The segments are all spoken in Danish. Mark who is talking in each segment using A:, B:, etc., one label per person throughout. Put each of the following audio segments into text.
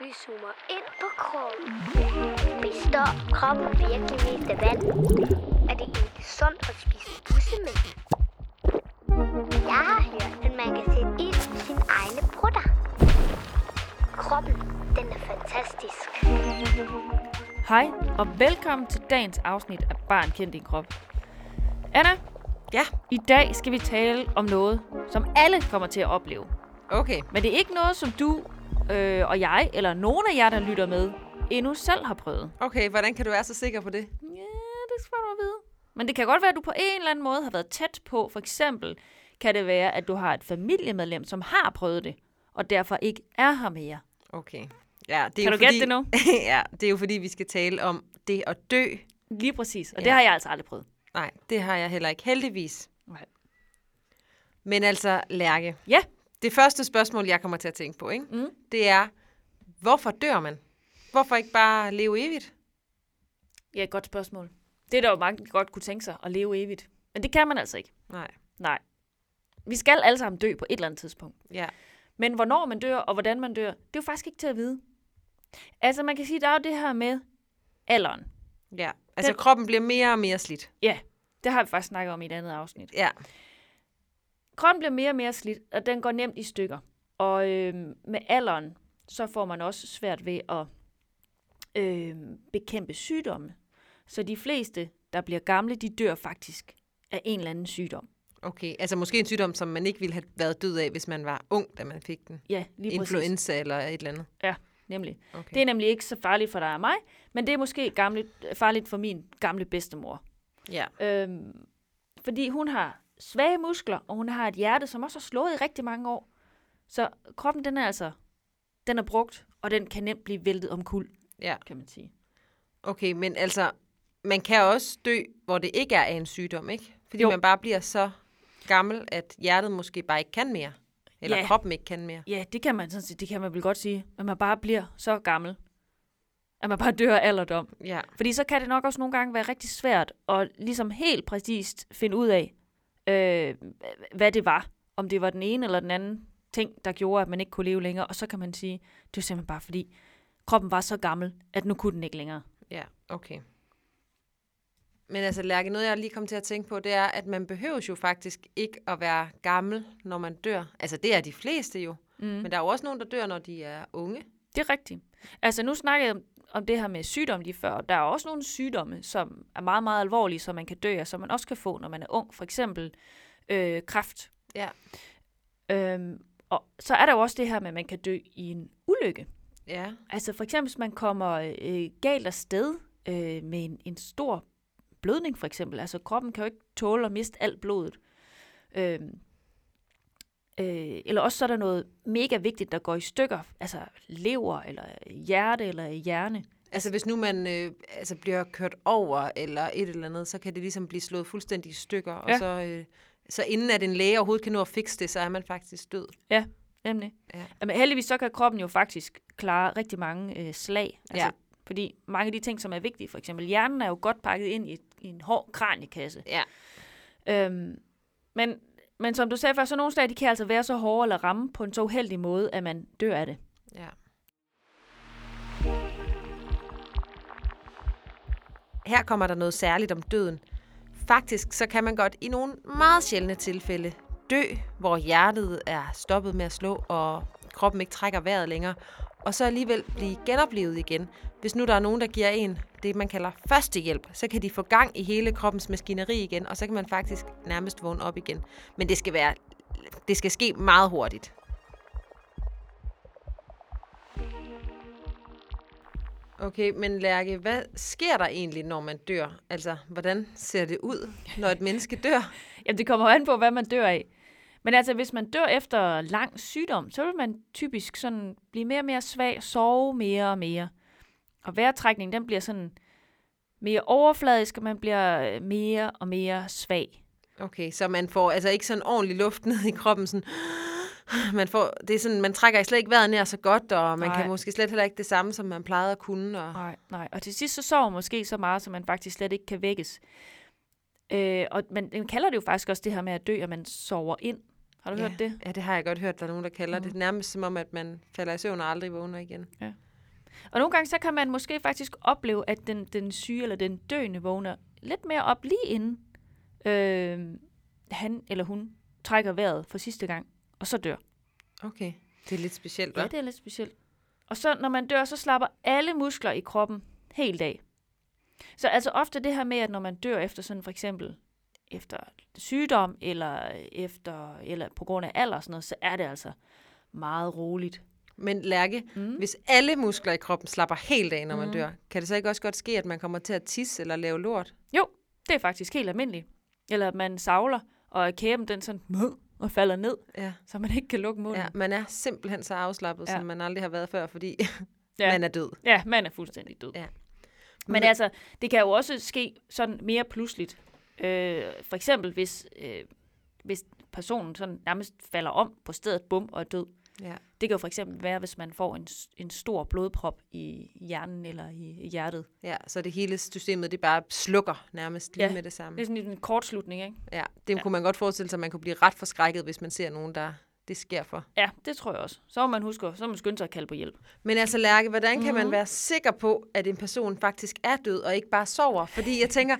A: Vi zoomer ind på kroppen. Består kroppen virkelig mest af vand? Er det egentlig sundt at spise bussemænd? Jeg har hørt, at man kan sætte ild i sine egne brutter. Kroppen, den er fantastisk.
B: Hej, og velkommen til dagens afsnit af Barn kendt din krop. Anna,
C: Ja,
B: i dag skal vi tale om noget, som alle kommer til at opleve.
C: okay.
B: Men det er ikke noget, som du øh, og jeg, eller nogen af jer, der lytter med, endnu selv har prøvet.
C: Okay, hvordan kan du være så sikker på det?
B: Ja, det skal du at vide. Men det kan godt være, at du på en eller anden måde har været tæt på. For eksempel kan det være, at du har et familiemedlem, som har prøvet det, og derfor ikke er her mere.
C: Okay. Ja,
B: Kan
C: det er jo
B: du gætte
C: fordi...
B: det nu?
C: ja, det er jo fordi, vi skal tale om det at dø.
B: Lige præcis. Og ja. det
C: Ja.
B: har jeg altså aldrig prøvet.
C: Nej, det har jeg heller ikke, heldigvis.
B: Nej.
C: Men altså, Lærke,
B: Ja,
C: det første spørgsmål, jeg kommer til at tænke på, ikke?
B: Mm.
C: det er, hvorfor dør man? Hvorfor ikke bare leve evigt?
B: ja, et godt spørgsmål. Det er der jo mange, der godt kunne tænke sig at leve evigt. Men det kan man altså ikke.
C: Nej,
B: Nej. Vi skal alle sammen dø på et eller andet tidspunkt.
C: ja.
B: Men hvornår man dør, og hvordan man dør, det er jo faktisk ikke til at vide. Altså, man kan sige, der er jo det her med alderen.
C: ja. Altså,
B: Den-
C: kroppen bliver mere og mere slidt.
B: Ja, det har vi faktisk snakket om i et andet afsnit.
C: Ja,
B: Kroppen bliver mere og mere slidt, og den går nemt i stykker. Og øhm, med alderen, så får man også svært ved at øhm, bekæmpe sygdomme. Så de fleste, der bliver gamle, de dør faktisk af en eller anden sygdom.
C: okay. Altså, måske en sygdom, som man ikke ville have været død af, hvis man var ung, da man fik den.
B: Ja, lige præcis.
C: Influenza eller et eller andet.
B: Ja, nemlig.
C: Okay.
B: Det er nemlig ikke så farligt for dig og mig, men det er måske gamle, farligt for min gamle bedstemor.
C: Ja.
B: Øhm, fordi hun har svage muskler, og hun har et hjerte, som også har slået i rigtig mange år. Så kroppen, den er altså, den er brugt, og den kan nemt blive væltet om kul,
C: ja.
B: kan man sige.
C: Okay, men altså, man kan også dø, hvor det ikke er af en sygdom, ikke? Fordi
B: Jo.
C: jo. man bare bliver så gammel, at hjertet måske bare ikke kan mere. Eller
B: Ja.
C: ja. kroppen ikke kan mere.
B: Ja, det kan man sådan set, det kan man vel godt sige, at man bare bliver så gammel, at man bare dør af alderdom.
C: Ja,
B: Fordi så kan det nok også nogle gange være rigtig svært at ligesom helt præcist finde ud af, øh, hvad det var. Om det var den ene eller den anden ting, der gjorde, at man ikke kunne leve længere. Og så kan man sige, det var simpelthen bare fordi, kroppen var så gammel, at nu kunne den ikke længere.
C: ja, okay. Men altså, Lærke, noget jeg lige kom til at tænke på, det er, at man behøves jo faktisk ikke at være gammel, når man dør. Altså, det er de fleste jo. Mm. Men der er jo også nogen, der dør, når de er unge.
B: Det er rigtigt. Altså nu snakkede jeg om- om det her med sygdomme lige før. og Der er også nogle sygdomme, som er meget, meget alvorlige, som man kan dø af, som man også kan få, når man er ung. For eksempel øh, kræft.
C: Ja,
B: Øhm, og så er der jo også det her med, at man kan dø i en ulykke.
C: ja,
B: Altså for eksempel, hvis man kommer øh, galt afsted øh, med en, en stor blødning for eksempel. Altså kroppen kan jo ikke tåle at miste alt blodet. Øh, øh, eller også så er der noget mega vigtigt, der går i stykker. Altså lever, eller hjerte, eller hjerne.
C: Altså hvis nu man øh, altså bliver kørt over eller et eller andet, så kan det ligesom blive slået fuldstændig i stykker.
B: Ja.
C: Og så, øh, så inden at en læge overhovedet kan nå at fikse det, så er man faktisk død.
B: Ja, nemlig.
C: Ja.
B: Men heldigvis så kan kroppen jo faktisk klare rigtig mange øh, slag. Altså,
C: Ja.
B: Fordi mange af de ting, som er vigtige, for eksempel hjernen er jo godt pakket ind i, et, i en hård kraniekasse.
C: Ja.
B: Øhm, men, men som du sagde før, så nogle slag, de kan altså være så hårde eller ramme på en så uheldig måde, at man dør af det.
C: ja. Her kommer der noget særligt om døden. Faktisk så kan man godt i nogle meget sjældne tilfælde dø, hvor hjertet er stoppet med at slå, og kroppen ikke trækker vejret længere, og så alligevel blive genoplevet igen. Hvis nu der er nogen, der giver en det, man kalder førstehjælp, så kan de få gang i hele kroppens maskineri igen, og så kan man faktisk nærmest vågne op igen. Men det skal, være, det skal ske meget hurtigt. Okay, men Lærke, hvad sker der egentlig, når man dør? Altså, hvordan ser det ud, når et menneske dør?
B: Jamen, det kommer jo an på, hvad man dør af. Men altså, hvis man dør efter lang sygdom, så vil man typisk sådan blive mere og mere svag, sove mere og mere. Og vejrtrækningen, den bliver sådan mere overfladisk, og man bliver øh, mere og mere svag.
C: Okay, så man får altså ikke sådan ordentlig luft ned i kroppen, sådan... Man, får, det er sådan, man trækker slet ikke vejret nær så godt, og man
B: Nej.
C: Nej. kan måske slet heller ikke det samme, som man plejede at kunne. Og...
B: Nej, nej. Og til sidst så sover man måske så meget, så man faktisk slet ikke kan vækkes. Øh, og man, man kalder det jo faktisk også det her med at dø, at man sover ind. Har du ja. hørt det?
C: Ja, det har jeg godt hørt, der er nogen, der kalder mm. det. Nærmest som om, at man falder i søvn og aldrig vågner igen.
B: Og nogle gange så kan man måske faktisk opleve, at den, den syge eller den døende vågner lidt mere op lige inden øh, han eller hun trækker vejret for sidste gang, og så dør.
C: Okay. Det er lidt specielt,
B: Ja,
C: hva'?
B: det er lidt specielt. Og så når man dør, så slapper alle muskler i kroppen helt af. Så altså ofte det her med, at når man dør efter sådan for eksempel efter sygdom, eller, efter, eller på grund af alder og sådan noget, så er det altså meget roligt.
C: Men Lærke, mm. hvis alle muskler i kroppen slapper helt af, når man mm. dør, kan det så ikke også godt ske, at man kommer til at tisse eller lave lort?
B: Jo, det er faktisk helt almindeligt. Eller at man savler, og kæben den sådan "Møh", og falder ned,
C: Ja.
B: så man ikke kan lukke munden.
C: ja. Man er simpelthen så afslappet, ja.
B: Ja.
C: som man aldrig har været før, fordi ja.
B: Ja.
C: man er død.
B: ja man er fuldstændig død.
C: Ja.
B: Men altså, det kan jo også ske sådan mere pludseligt. Øh, for eksempel, hvis, øh, hvis personen sådan nærmest falder om på stedet, bum, og er død.
C: Ja.
B: Det kan jo for eksempel være, hvis man får en, s- en stor blodprop i hjernen eller i hjertet.
C: ja, så det hele systemet, det bare slukker nærmest lige ja.
B: Ja.
C: med det
B: Det er
C: samme.
B: sådan lidt en kortslutning, ikke?
C: Ja, det ja. kunne man godt forestille sig, at man kunne blive ret forskrækket, hvis man ser nogen, der det sker for.
B: Ja, det tror jeg også. Så må man huske, så må man skynde sig at kalde på hjælp.
C: Men altså Lærke, hvordan kan man være sikker på, at en person faktisk er død og ikke bare sover? Fordi jeg tænker,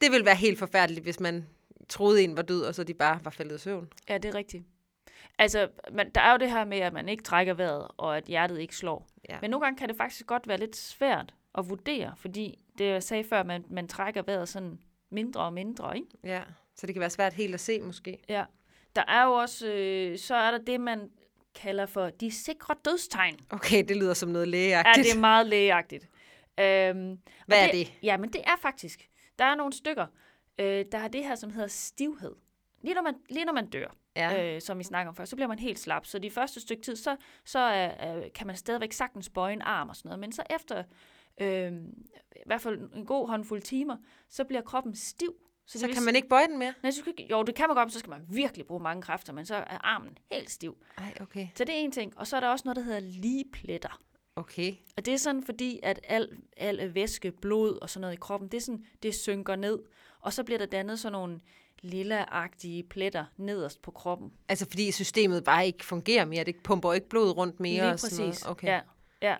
C: det ville være helt forfærdeligt, hvis man troede en var død, og så de bare var faldet i søvn.
B: Ja, det er rigtigt. Altså, man, der er jo det her med, at man ikke trækker vejret, og at hjertet ikke slår.
C: Ja.
B: Men nogle gange kan det faktisk godt være lidt svært at vurdere, fordi det jeg sagde før, man, man trækker vejret sådan mindre og mindre, ikke?
C: Ja, så det kan være svært helt at se måske.
B: Ja. Der er jo også, øh, så er der det, man kalder for de sikre dødstegn.
C: Okay, Ah, det lyder som noget
B: Ja,
C: lægeagtigt.
B: det er meget lægeagtigt. Øhm, og
C: Hvad er det?
B: Ja, men det er faktisk, der er nogle stykker, øh, der har det her, som hedder stivhed. Lige når man, lige når man dør,
C: Ja.
B: ja. øh, som vi snakker om før, så bliver man helt slap. Så de første stykke tid, så, så er, øh, kan man stadigvæk sagtens bøje en arm og sådan noget. Men så efter øh, i hvert fald en god håndfuld timer, så bliver kroppen stiv. det
C: Så
B: vil
C: kan man ikke bøje den mere?
B: Nej, så skal, ikke- jo, det kan man godt, men så skal man virkelig bruge mange kræfter, men så er armen helt stiv.
C: Nej, okay.
B: Så det er en ting. Og så er der også noget, der hedder ligepletter.
C: Okay.
B: Og det er sådan fordi, at al, al væske, blod og sådan noget i kroppen, det, er sådan, det synker ned. Og så bliver der dannet sådan nogle lilla-agtige pletter nederst på kroppen.
C: Altså fordi systemet bare ikke fungerer mere. Det pumper ikke blod rundt mere.
B: Lige
C: og sådan
B: præcis.
C: Noget. Okay.
B: Ja, ja.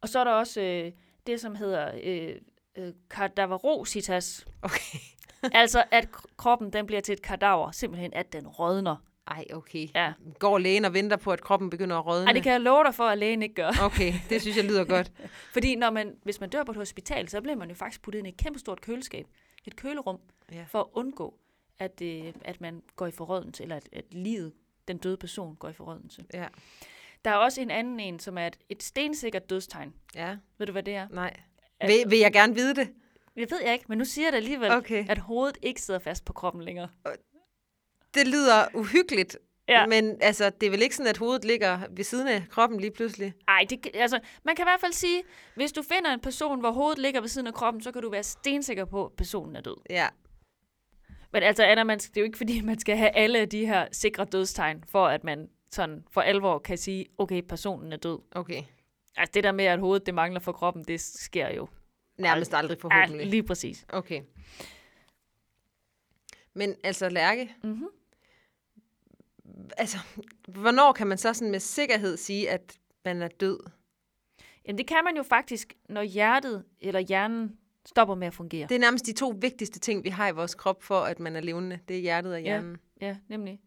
B: Og så er der også øh, det, som hedder øh, øh, kadaverositas.
C: Okay.
B: altså, at kro- kroppen den bliver til et kadaver. Simpelthen, at den rådner.
C: Ej, okay.
B: Ja.
C: Går lægen og venter på, at kroppen begynder at rådne?
B: Ej, det kan jeg love dig for, at lægen ikke gør.
C: Okay, det synes jeg lyder godt.
B: Fordi når man, hvis man dør på et hospital, så bliver man jo faktisk puttet ind i et kæmpe stort køleskab, et kølerum,
C: Ja.
B: ja. for at undgå, at, øh, at man går i forrådnelse, eller at, at livet, den døde person, går i forrådnelse.
C: Ja.
B: Der er også en anden en, som er et, et stensikkert dødstegn.
C: Ja,
B: Ved du, hvad det er?
C: nej.
B: At-
C: Vil, vil jeg gerne vide det?
B: Jeg ved jeg ikke, men nu siger jeg det alligevel,
C: Okay.
B: at hovedet ikke sidder fast på kroppen længere.
C: Det lyder uhyggeligt, ja.
B: Ja.
C: men altså, det er vel ikke sådan, at hovedet ligger ved siden af kroppen lige pludselig?
B: Ej, det, kan- altså, man kan i hvert fald sige, hvis du finder en person, hvor hovedet ligger ved siden af kroppen, så kan du være stensikker på, at personen er død.
C: Ja,
B: Men altså, Anna, man, det er jo ikke fordi, man skal have alle de her sikre dødstegn, for at man sådan for alvor kan sige, okay, personen er død.
C: okay.
B: Altså det der med, at hovedet det mangler for kroppen, det sker jo.
C: Nærmest aldrig
B: Ja,
C: forhåbentlig.
B: lige præcis.
C: Okay. Men altså, Lærke,
B: Mhm.
C: altså, hvornår kan man så sådan med sikkerhed sige, at man er død?
B: Jamen det kan man jo faktisk, når hjertet eller hjernen stopper med at fungere.
C: Det er nærmest de to vigtigste ting, vi har i vores krop for, at man er levende. Det er hjertet og hjernen.
B: Ja, nemlig.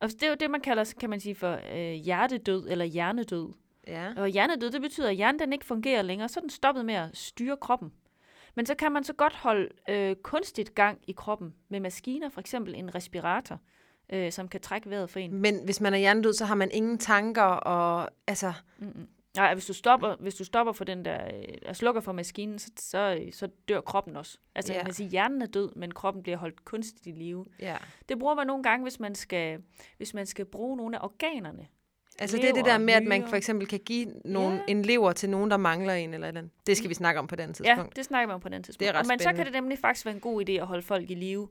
B: Og det er jo det, man kalder, kan man sige, for øh, hjertedød eller hjernedød.
C: Ja.
B: Og hjernedød, det betyder, at hjernen den ikke fungerer længere, så er den stoppet med at styre kroppen. Men så kan man så godt holde øh, kunstigt gang i kroppen med maskiner, for eksempel en respirator, øh, som kan trække vejret for en.
C: Men hvis man er hjernedød, så har man ingen tanker, og altså,
B: Nej, hvis du stopper, hvis du stopper for den der, øh, og slukker for maskinen, så, så, øh, så dør kroppen også. Altså,
C: Ja.
B: ja. man kan sige, hjernen er død, men kroppen bliver holdt kunstigt i live.
C: ja.
B: Det bruger man nogle gange, hvis man skal, hvis man skal bruge nogle af organerne.
C: Altså det er det
B: Lever
C: der
B: og
C: med, at man
B: nyrer.
C: for eksempel kan give nogle,
B: Ja. Mm.
C: en lever til nogen, der mangler en eller et eller andet. Det skal vi snakke om på et andet
B: Ja,
C: tidspunkt.
B: det snakker man om på den tidspunkt.
C: Det er ret
B: Og Men så kan
C: spændende.
B: det nemlig faktisk være en god idé at holde folk i live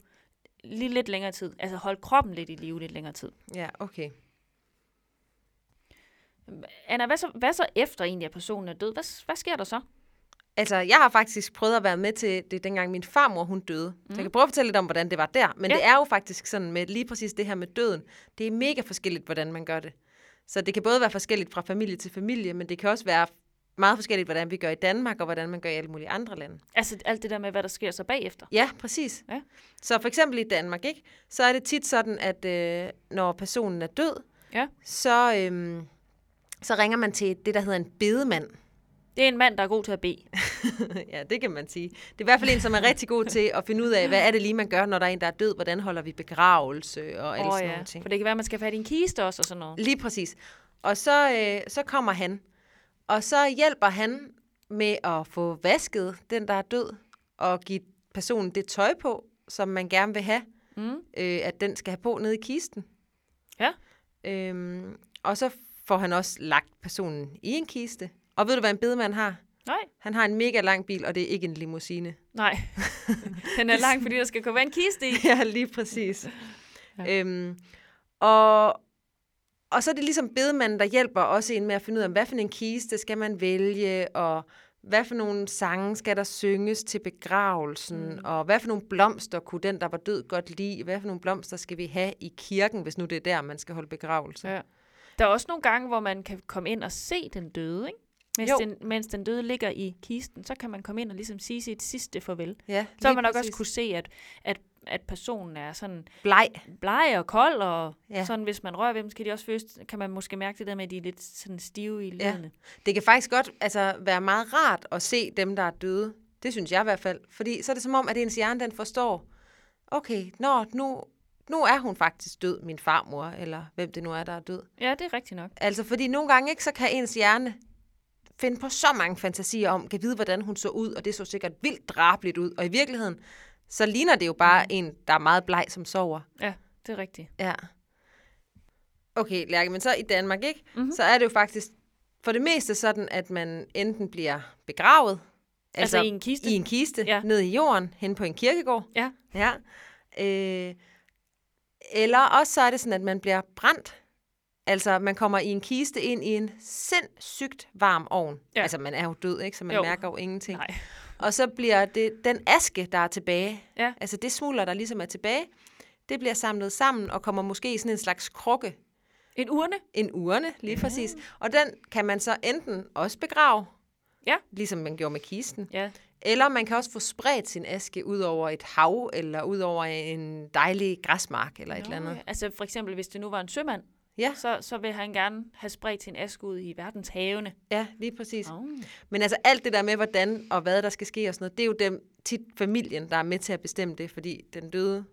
B: lige lidt længere tid. Altså holde kroppen lidt i live lidt længere tid.
C: Ja, ja okay.
B: Anna, hvad så, hvad så efter egentlig, at personen er død? Hvad, hvad sker der så?
C: Altså, jeg har faktisk prøvet at være med til det, dengang min farmor hun døde. Mm. Så jeg kan prøve at fortælle lidt om, hvordan det var der. Men
B: Ja.
C: ja. det er jo faktisk sådan med lige præcis det her med døden. Det er mega forskelligt, hvordan man gør det. Så det kan både være forskelligt fra familie til familie, men det kan også være meget forskelligt, hvordan vi gør i Danmark, og hvordan man gør i alle mulige andre lande.
B: Altså alt det der med, hvad der sker så bagefter.
C: Ja, præcis.
B: Ja.
C: Så for eksempel i Danmark, ikke? så er det tit sådan, at øh, når personen er død,
B: Ja.
C: så, øhm, så ringer man til det, der hedder en bedemand.
B: Det er en mand, der er god til at bede.
C: ja, det kan man sige. Det er i hvert fald en, som er rigtig god til at finde ud af, hvad er det lige, man gør, når der er en, der er død? Hvordan holder vi begravelse og alle oh, sådan ja. nogle ting?
B: For det kan være, at man skal have fat i en kiste også og sådan noget.
C: Lige præcis. Og så, øh, så kommer han, og så hjælper han med at få vasket den, der er død, og give personen det tøj på, som man gerne vil have,
B: Mm.
C: øh, at den skal have på nede i kisten.
B: Ja.
C: Øhm, og så får han også lagt personen i en kiste. Og ved du, hvad en bedemand har?
B: Nej,
C: Han har en mega lang bil, og det er ikke en limousine.
B: nej. Den er lang, fordi der skal komme en kiste i.
C: ja, lige præcis. ja. Øhm, og, og så er det ligesom bedemanden, der hjælper også en med at finde ud af, hvad for en kiste skal man vælge, og hvad for nogle sange skal der synges til begravelsen, mm. og hvad for nogle blomster kunne den, der var død, godt lide, hvad for nogle blomster skal vi have i kirken, hvis nu det er der, man skal holde begravelse.
B: Ja. Der er også nogle gange, hvor man kan komme ind og se den døde, ikke? Mens,
C: Jo.
B: den, mens den døde ligger i kisten, så kan man komme ind og ligesom sige sit sidste farvel.
C: ja
B: Så har
C: lige
B: man nok også
C: præcis.
B: kunne se, at, at, at personen er sådan
C: Bleg.
B: bleg og kold, og ja.
C: Ja.
B: sådan, hvis man rører ved dem, så kan, de også først, kan man måske mærke det der med, at de er lidt sådan stive i
C: Ja.
B: ledene.
C: Det kan faktisk godt altså, være meget rart at se dem, der er døde. Det synes jeg i hvert fald. Fordi så er det som om, at ens hjerne den forstår, okay, nå, nu, nu er hun faktisk død, min farmor, eller hvem det nu er, der er død.
B: Ja. ja, det er rigtigt nok.
C: Altså, fordi nogle gange, ikke, så kan ens hjerne finde på så mange fantasier om, kan vide, hvordan hun så ud, og det så sikkert vildt drabeligt ud. Og i virkeligheden, så ligner det jo bare en, der er meget bleg, som sover.
B: Ja, det er rigtigt.
C: Ja. Okay, Lærke, men så i Danmark, ikke?
B: Mhm.
C: Mm-hmm. Så er det jo faktisk for det meste sådan, at man enten bliver begravet,
B: Altså i en kiste?
C: i en kiste
B: Ja.
C: ja. ned i jorden, hen på en kirkegård.
B: Ja.
C: Ja. Øh, eller også så er det sådan, at man bliver brændt. Altså, man kommer i en kiste ind i en sindssygt varm ovn.
B: Ja.
C: Ja. Altså, man er jo død, ikke? Så man
B: Jo.
C: jo. mærker jo ingenting.
B: Nej.
C: Og så bliver det den aske, der er tilbage,
B: Ja.
C: altså det smuler, der ligesom er tilbage, det bliver samlet sammen og kommer måske i sådan en slags krukke,
B: En urne?
C: en urne lige ja. præcis. Og den kan man så enten også begrave,
B: Ja.
C: ligesom man gjorde med kisten,
B: Ja.
C: eller man kan også få spredt sin aske ud over et hav, eller ud over en dejlig græsmark, eller et eller andet.
B: ja. Altså for eksempel, hvis det nu var en sømand,
C: Ja,
B: så, så vil han gerne have spredt sin aske ud i verdens havene.
C: ja, lige præcis.
B: Oh.
C: Men altså alt det der med, hvordan og hvad der skal ske og sådan noget, det er jo dem, tit familien, der er med til at bestemme det, fordi den døde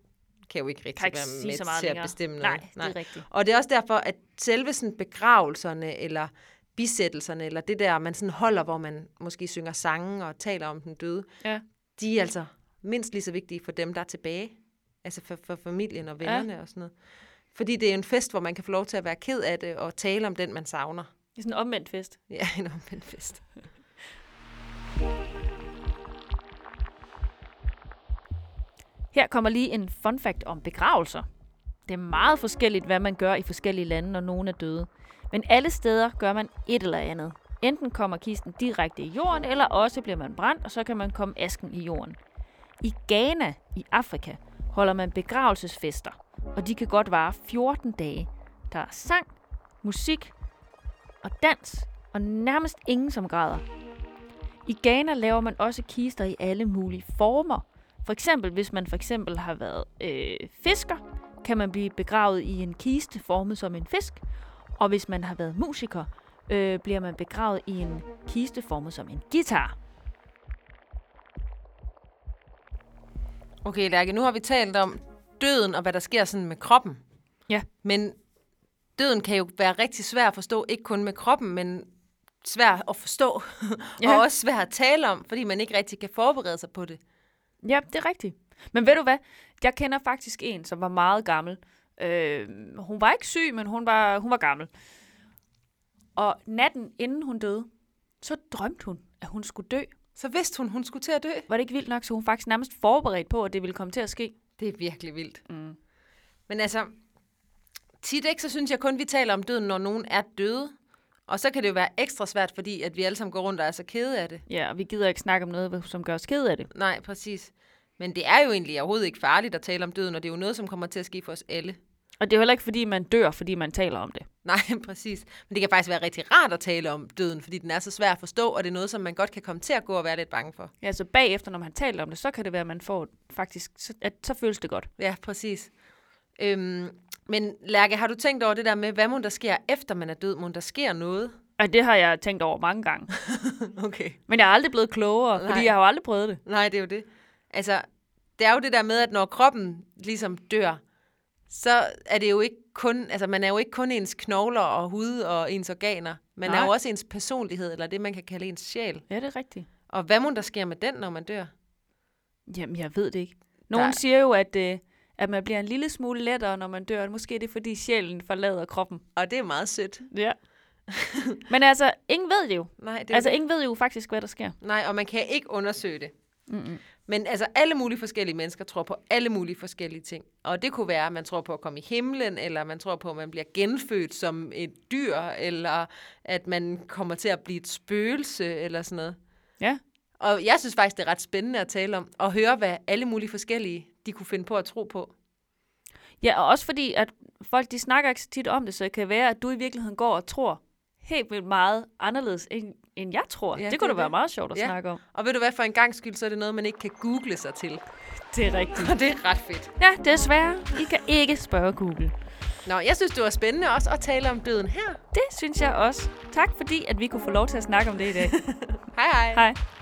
C: kan jo ikke rigtig
B: Kan ikke
C: være
B: sige
C: med
B: så meget
C: til
B: længere.
C: at bestemme
B: Nej,
C: noget.
B: det er rigtigt.
C: Og det er også derfor, at selve sådan begravelserne eller bisættelserne, eller det der, man sådan holder, hvor man måske synger sange og taler om den døde,
B: Ja.
C: de er altså mindst lige så vigtige for dem, der er tilbage. Altså for, for familien og vennerne og sådan noget. Fordi det er en fest, hvor man kan få lov til at være ked af det og tale om den, man savner.
B: Det er sådan en omvendt fest.
C: Ja, en omvendt fest.
B: Her kommer lige en fun fact om begravelser. Det er meget forskelligt, hvad man gør i forskellige lande, når nogen er døde. Men alle steder gør man et eller andet. Enten kommer kisten direkte i jorden, eller også bliver man brændt, og så kan man komme asken i jorden. I Ghana i Afrika holder man begravelsesfester, og de kan godt vare 14 dage. Der er sang, musik og dans, og nærmest ingen som græder. I Ghana laver man også kister i alle mulige former. For eksempel, hvis man for eksempel har været øh, fisker, kan man blive begravet i en kiste formet som en fisk. Og hvis man har været musiker, øh, bliver man begravet i en kiste formet som en guitar.
C: Okay, Lærke, nu har vi talt om døden og hvad der sker sådan med kroppen.
B: Ja.
C: Men døden kan jo være rigtig svær at forstå, ikke kun med kroppen, men svær at forstå, ja.
B: Ja.
C: og også svær at tale om, fordi man ikke rigtig kan forberede sig på det.
B: Ja, det er rigtigt. Men ved du hvad? Jeg kender faktisk en, som var meget gammel. Øh, hun var ikke syg, men hun var, hun var gammel. Og natten inden hun døde, så drømte hun, at hun skulle dø.
C: Så vidste hun, hun skulle til at dø.
B: Var det ikke vildt nok, så hun faktisk nærmest forberedt på, at det ville komme til at ske?
C: Det er virkelig vildt. Mm. Men altså, tit ikke, så synes jeg kun, vi taler om døden, når nogen er døde. Og så kan det jo være ekstra svært, fordi at vi alle sammen går rundt og er så kede af det.
B: Ja, og vi gider ikke snakke om noget, som gør os ked af det.
C: Nej, præcis. Men det er jo egentlig overhovedet ikke farligt at tale om døden, og det er jo noget, som kommer til at ske for os alle.
B: Og det er jo heller ikke, fordi man dør, fordi man taler om det.
C: Nej, præcis. Men det kan faktisk være rigtig rart at tale om døden, fordi den er så svær at forstå, og det er noget, som man godt kan komme til at gå og være lidt bange for.
B: Ja, så bagefter, når man taler om det, så kan det være, at man får faktisk, så, at så føles det godt.
C: Ja, præcis. Øhm, men Lærke, har du tænkt over det der med, hvad må der sker efter man er død? Må der sker noget?
B: Og det har jeg tænkt over mange gange.
C: Okay.
B: Men jeg er aldrig blevet klogere,
C: Nej.
B: fordi jeg har jo aldrig prøvet det.
C: Nej, det er jo det. Altså, det er jo det der med, at når kroppen ligesom dør, så er det jo ikke kun, altså man er jo ikke kun ens knogler og hud og ens organer. Man Nej.
B: Nej.
C: er jo også ens personlighed, eller det man kan kalde ens sjæl.
B: Ja, det er rigtigt.
C: Og hvad må der sker med den, når man dør?
B: Jamen, jeg ved det ikke. Nogen
C: Der-
B: der... siger jo, at, øh, at man bliver en lille smule lettere, når man dør. Måske er det, fordi sjælen forlader kroppen.
C: Og det er meget sødt.
B: Ja. Men altså, ingen ved det jo.
C: Nej, det er
B: Altså,
C: jo det.
B: ingen ved jo faktisk, hvad der sker.
C: Nej, og man kan ikke undersøge det. Mm-mm. Men altså, alle mulige forskellige mennesker tror på alle mulige forskellige ting. Og det kunne være, at man tror på at komme i himlen, eller man tror på, at man bliver genfødt som et dyr, eller at man kommer til at blive et spøgelse, eller sådan noget.
B: Ja.
C: Og jeg synes faktisk, det er ret spændende at tale om, og høre, hvad alle mulige forskellige, de kunne finde på at tro på.
B: Ja, og også fordi, at folk de snakker ikke så tit om det, så det kan være, at du i virkeligheden går og tror helt vildt meget anderledes, end, end jeg tror.
C: Ja,
B: Ja, det
C: det
B: kunne
C: er
B: da være
C: det.
B: meget sjovt at
C: Ja.
B: ja. snakke om.
C: Og ved du hvad, for en gang skyld, så er det noget, man ikke kan google sig til.
B: Det er rigtigt.
C: Og det er ret fedt.
B: Ja, desværre. I kan ikke spørge Google.
C: Nå, jeg synes, det var spændende også at tale om døden her.
B: Det synes jeg også. Tak fordi, at vi kunne få lov til at snakke om det i dag.
C: Hej hej.
B: Hej.